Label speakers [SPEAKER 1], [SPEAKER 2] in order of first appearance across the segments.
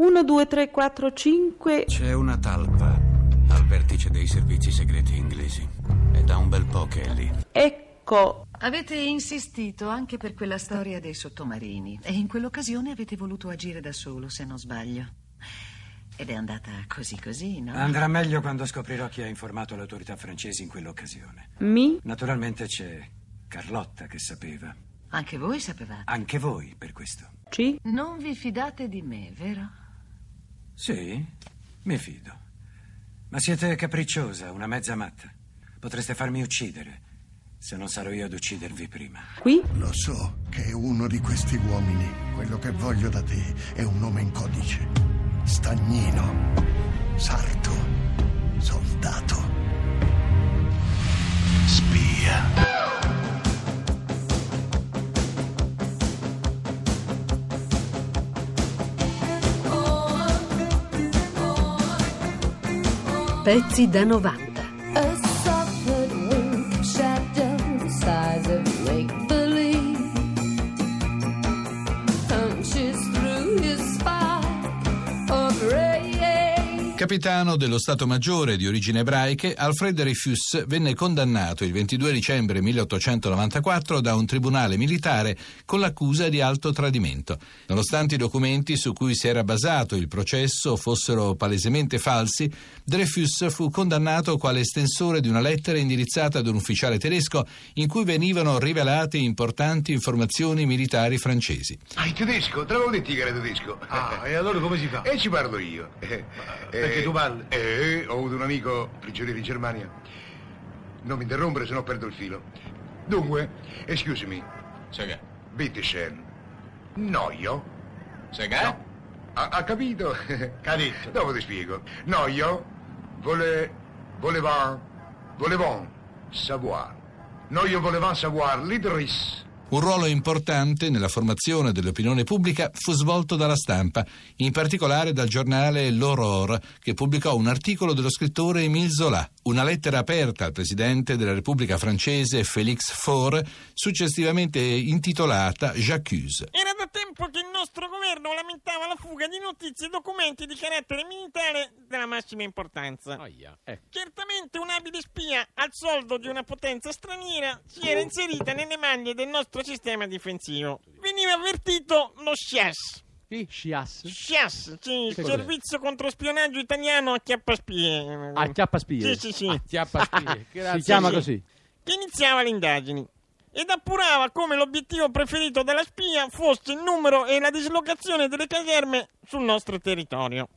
[SPEAKER 1] 1, 2, 3, 4, 5.
[SPEAKER 2] C'è una talpa al vertice dei servizi segreti inglesi. È da un bel po' che è lì.
[SPEAKER 1] Ecco.
[SPEAKER 3] Avete insistito anche per quella storia dei sottomarini e in quell'occasione avete voluto agire da solo, se non sbaglio. Ed è andata così così, no?
[SPEAKER 4] Andrà meglio quando scoprirò chi ha informato le autorità francesi in quell'occasione.
[SPEAKER 1] Mi.
[SPEAKER 4] Naturalmente c'è Carlotta che sapeva.
[SPEAKER 3] Anche voi sapevate.
[SPEAKER 4] Anche voi per questo.
[SPEAKER 1] Ci.
[SPEAKER 3] Non vi fidate di me, vero?
[SPEAKER 4] Sì, mi fido. Ma siete capricciosa, una mezza matta. Potreste farmi uccidere, se non sarò io ad uccidervi prima.
[SPEAKER 1] Qui.
[SPEAKER 5] Lo so che uno di questi uomini, quello che voglio da te, è un nome in codice. Stagnino, sarto, soldato, spia.
[SPEAKER 6] Pezzi da 90.
[SPEAKER 7] A suffered wink shot down the size of make believe. Punches through his spine of ray.
[SPEAKER 8] Capitano dello Stato Maggiore di origini ebraiche, Alfred Refus venne condannato il 22 dicembre 1894 da un tribunale militare con l'accusa di alto tradimento. Nonostante i documenti su cui si era basato il processo fossero palesemente falsi, Dreyfus fu condannato quale estensore di una lettera indirizzata ad un ufficiale tedesco in cui venivano rivelate importanti informazioni militari francesi.
[SPEAKER 9] Ah, in tedesco? Te l'avevo detto che era tedesco.
[SPEAKER 10] Ah, e allora come si fa? Eh,
[SPEAKER 9] E ci parlo io.
[SPEAKER 10] perché tu parli?
[SPEAKER 9] Eh, ho avuto un amico prigioniero in Germania. Non mi interrompere, sennò perdo il filo. Dunque, excuse me,
[SPEAKER 11] Sega.
[SPEAKER 9] bitte schön. Noio?
[SPEAKER 11] Sega?
[SPEAKER 9] No. Ha, ha capito?
[SPEAKER 10] Cadetto.
[SPEAKER 9] Dopo ti spiego. Noio vole, voleva, volevant savoir. Noio volevant savoir l'idris.
[SPEAKER 8] Un ruolo importante nella formazione dell'opinione pubblica fu svolto dalla stampa, in particolare dal giornale L'Aurore, che pubblicò un articolo dello scrittore Émile Zola, una lettera aperta al presidente della Repubblica francese Félix Faure, successivamente intitolata J'accuse.
[SPEAKER 12] Era da tempo che il nostro governo lamentava la fuga di notizie e documenti di carattere militare della massima importanza.
[SPEAKER 13] Eh.
[SPEAKER 12] Certamente un'abile spia al soldo di una potenza straniera si era inserita nelle maglie del nostro sistema difensivo. Veniva avvertito lo SCIAS.
[SPEAKER 13] Sciass.
[SPEAKER 12] SCIAS, sì, il
[SPEAKER 13] Che cos'è?
[SPEAKER 12] servizio controspionaggio italiano a chiappaspie.
[SPEAKER 13] A chiappaspie.
[SPEAKER 12] Sì, sì, sì.
[SPEAKER 13] A chiappaspie.
[SPEAKER 12] Grazie.
[SPEAKER 13] Si chiama
[SPEAKER 12] Sì.
[SPEAKER 13] così.
[SPEAKER 12] che iniziava le indagini ed appurava come l'obiettivo preferito della spia fosse il numero e la dislocazione delle caserme sul nostro territorio.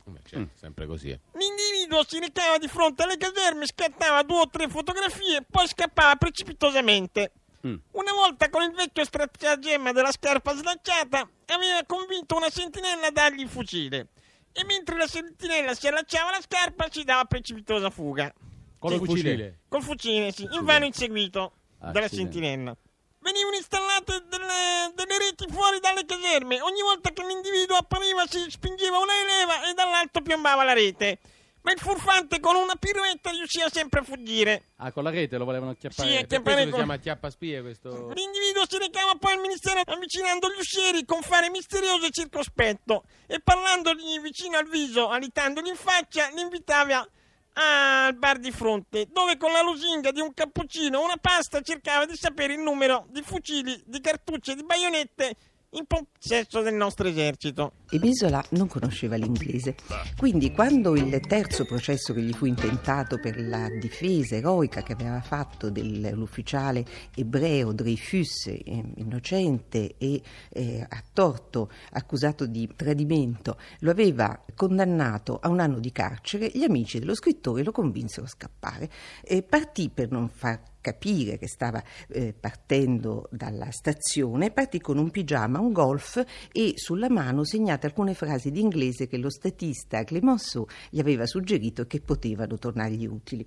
[SPEAKER 11] Sempre così. eh.
[SPEAKER 12] L'individuo si recava di fronte alle caserme, scattava due o tre fotografie, poi scappava precipitosamente.
[SPEAKER 13] Mm.
[SPEAKER 12] Una volta con il vecchio stratagemma della scarpa slacciata, aveva convinto una sentinella a dargli il fucile. E mentre la sentinella si allacciava alla scarpa, si dava precipitosa fuga.
[SPEAKER 13] Col
[SPEAKER 12] Sì.
[SPEAKER 13] fucile. Ah,
[SPEAKER 12] Col fucile, sì, in vano inseguito dalla
[SPEAKER 13] Accidenti.
[SPEAKER 12] sentinella. Venivano installate delle, delle reti fuori dalle caserme. Ogni volta che l'individuo appariva si spingeva una leva e dall'alto piombava la rete. Ma il furfante con una piruetta riusciva sempre a fuggire.
[SPEAKER 13] Ah, con la rete lo volevano acchiappare.
[SPEAKER 12] Sì,
[SPEAKER 13] Per
[SPEAKER 12] acchiappare
[SPEAKER 13] questo
[SPEAKER 12] con-
[SPEAKER 13] si chiama acchiappaspie questo.
[SPEAKER 12] L'individuo si recava poi al ministero avvicinando gli uscieri con fare misterioso e circospetto e parlandogli vicino al viso, alitandogli in faccia, li invitava al bar di fronte, dove con la lusinga di un cappuccino e una pasta cercava di sapere il numero di fucili, di cartucce, di baionette in possesso del nostro esercito.
[SPEAKER 14] Emile Zola non conosceva l'inglese, quindi quando il terzo processo che gli fu intentato per la difesa eroica che aveva fatto dell'ufficiale ebreo Dreyfus, eh, innocente e eh, a torto accusato di tradimento, lo aveva condannato a un anno di carcere, gli amici dello scrittore lo convinsero a scappare. E partì per non far capire che stava eh, partendo dalla stazione, partì con un pigiama, un golf e sulla mano segnate alcune frasi di inglese che lo statista Clemenceau gli aveva suggerito e che potevano tornargli utili.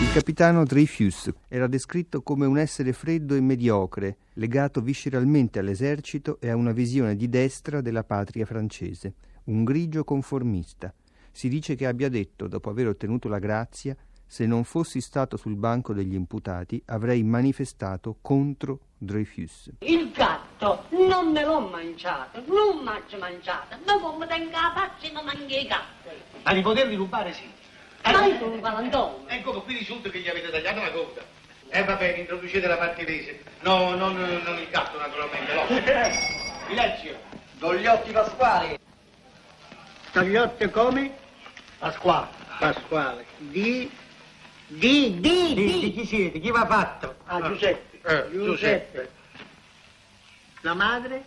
[SPEAKER 10] Il capitano Dreyfus era descritto come un essere freddo e mediocre, legato visceralmente all'esercito e a una visione di destra della patria francese, un grigio conformista.
[SPEAKER 8] si dice che abbia detto, dopo aver ottenuto la grazia, se non fossi stato sul banco degli imputati avrei manifestato contro Dreyfus.
[SPEAKER 14] Il gatto non me l'ho mangiato, non mangio mangiato, dopo mi tengo la faccia e non mangio i gatti.
[SPEAKER 15] Ma di poterli rubare sì.
[SPEAKER 14] Ma io sono un valentone.
[SPEAKER 15] Ecco, qui risulta che gli avete tagliato la coda. E va bene, introducete la parte lese. No, non, non il gatto naturalmente, no. Silenzio. Dogliotti Pasquale.
[SPEAKER 9] Tagliotte come?
[SPEAKER 15] Pasquale.
[SPEAKER 9] Pasquale. Di... Di, di,
[SPEAKER 15] Di, di chi siete? Chi va fatto?
[SPEAKER 9] Ah, Giuseppe.
[SPEAKER 15] Eh, Giuseppe.
[SPEAKER 9] La madre? Ah,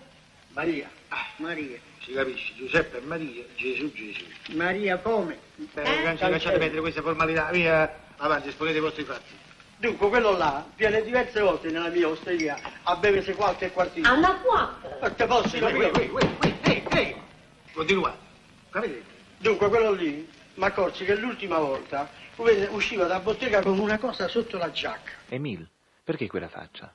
[SPEAKER 15] Maria.
[SPEAKER 9] Maria.
[SPEAKER 15] Si capisce, Giuseppe e Maria, Gesù, Gesù.
[SPEAKER 9] Maria come?
[SPEAKER 15] Eh, ragazzi, lasciate perdere queste formalità. Via, avanti, esponete i vostri fatti.
[SPEAKER 9] Dunque, quello là viene diverse volte nella mia osteria a beversi qualche quartino.
[SPEAKER 14] Alla quattro.
[SPEAKER 9] Ma te posso capire?
[SPEAKER 15] Continuate. Capite?
[SPEAKER 9] Dunque, quello lì mi accorsi che l'ultima volta venne- usciva da bottega con una cosa sotto la giacca.
[SPEAKER 16] Emil, perché quella faccia?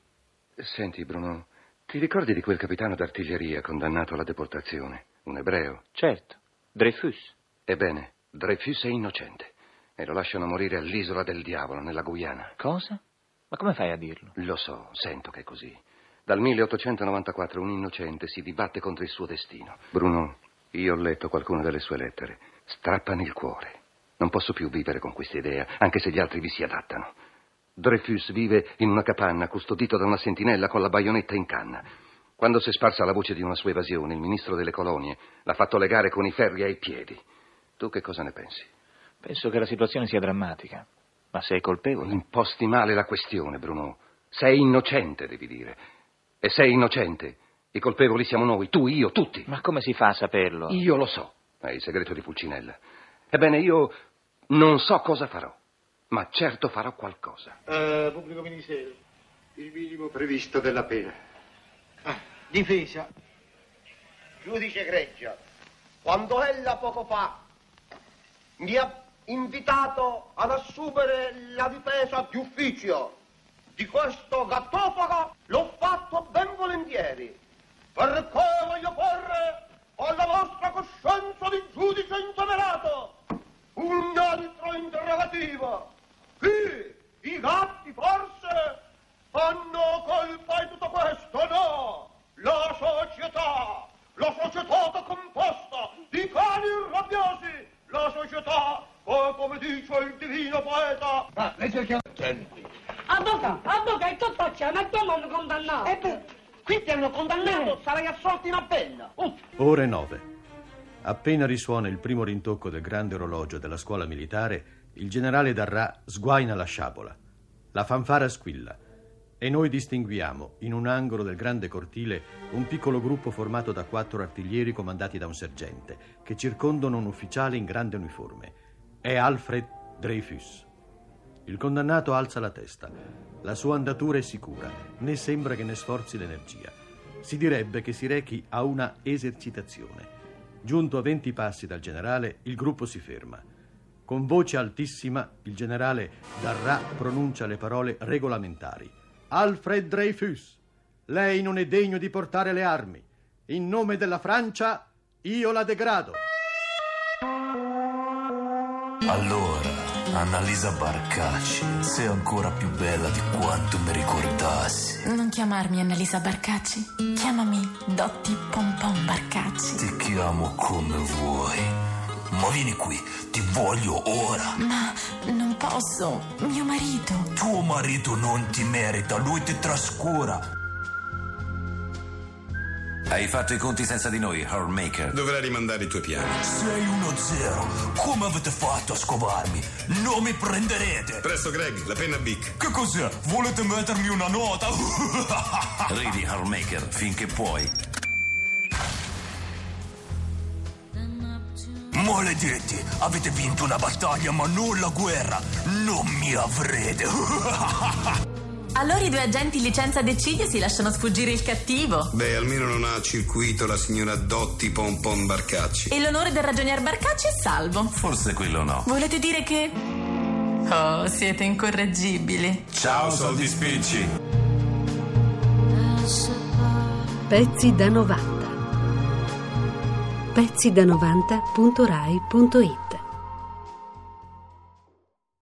[SPEAKER 4] Senti, Bruno, ti ricordi di quel capitano d'artiglieria condannato alla deportazione? Un ebreo?
[SPEAKER 16] Certo, Dreyfus.
[SPEAKER 4] Ebbene, Dreyfus è innocente e lo lasciano morire all'isola del diavolo, nella Guyana.
[SPEAKER 16] Cosa? Ma come fai a dirlo?
[SPEAKER 4] Lo so, sento che è così. Dal 1894 un innocente si dibatte contro il suo destino. Bruno, io ho letto qualcuna delle sue lettere. Strappano il cuore. Non posso più vivere con questa idea, anche se gli altri vi si adattano. Dreyfus vive in una capanna custodito da una sentinella con la baionetta in canna. Quando si è sparsa la voce di una sua evasione, il ministro delle colonie l'ha fatto legare con i ferri ai piedi. Tu che cosa ne pensi?
[SPEAKER 16] Penso che la situazione sia drammatica.
[SPEAKER 4] Ma sei colpevole? Imposti male la questione, Bruno. Sei innocente, devi dire. E sei innocente. I colpevoli siamo noi, tu, io, tutti.
[SPEAKER 16] Ma come si fa a saperlo?
[SPEAKER 4] Io lo so. È il segreto di Pulcinella. Ebbene, io non so cosa farò, ma certo farò qualcosa.
[SPEAKER 15] Eh, pubblico ministero.
[SPEAKER 17] Il minimo previsto della pena.
[SPEAKER 15] Ah, Difesa.
[SPEAKER 9] Giudice Greggia, quando ella poco fa mi ha invitato ad assumere la difesa di ufficio di questo gattofago, l'ho fatto ben volentieri, perché voglio porre alla vostra coscienza di giudice intemerato un altro interrogativo. Chi? I gatti forse fanno colpa di tutto questo? No! La società! La società che è composta di cani rabbiosi! La società, o come dice il divino poeta... Ma lei cerchiamo...
[SPEAKER 14] Avvocato, avvocato, che facciamo? E tu non condannato. E tu?
[SPEAKER 9] Qui ti hanno condannato, sarai assolto in appello!
[SPEAKER 5] Ore 9. Appena risuona il primo rintocco del grande orologio della scuola militare, il generale Darrà sguaina la sciabola. La fanfara squilla e noi distinguiamo, in un angolo del grande cortile, un piccolo gruppo formato da quattro artiglieri comandati da un sergente, che circondano un ufficiale in grande uniforme. È Alfred Dreyfus. Il condannato alza la testa. La sua andatura è sicura, né sembra che ne sforzi l'energia. Si direbbe che si rechi a una esercitazione. Giunto a venti passi dal generale, il gruppo si ferma. Con voce altissima, il generale Darrà pronuncia le parole regolamentari. Alfred Dreyfus, lei non è degno di portare le armi. In nome della Francia, io la degrado.
[SPEAKER 18] Allora, Annalisa Barcacci, sei ancora più bella di quanto mi ricordassi.
[SPEAKER 7] Non chiamarmi Annalisa Barcacci, chiamami Dotti Pompon Barcacci.
[SPEAKER 18] Ti chiamo come vuoi. Ma vieni qui, ti voglio ora.
[SPEAKER 7] Ma non posso, mio marito.
[SPEAKER 18] Tuo marito non ti merita, lui ti trascura. Hai fatto i conti senza di noi, Hormaker. Dovrai rimandare i tuoi piani. Sei uno zero. Come avete fatto a scovarmi? Non mi prenderete. Presto, Greg, la penna Bic. Che cos'è? Volete mettermi una nota? Ridi, Hormaker, finché puoi. Maledetti, avete vinto una battaglia ma non la guerra. Non mi avrete.
[SPEAKER 7] Allora i due agenti licenza decidi e si lasciano sfuggire il cattivo.
[SPEAKER 19] Beh, almeno non ha a circuito la signora Dotti Pompon Barcacci.
[SPEAKER 7] E l'onore del ragionier Barcacci è salvo.
[SPEAKER 18] Forse quello no.
[SPEAKER 7] Volete dire che... Oh, siete incorreggibili.
[SPEAKER 18] Ciao, soldi spicci.
[SPEAKER 20] Pezzi da 90. Pezzi da 90.rai.it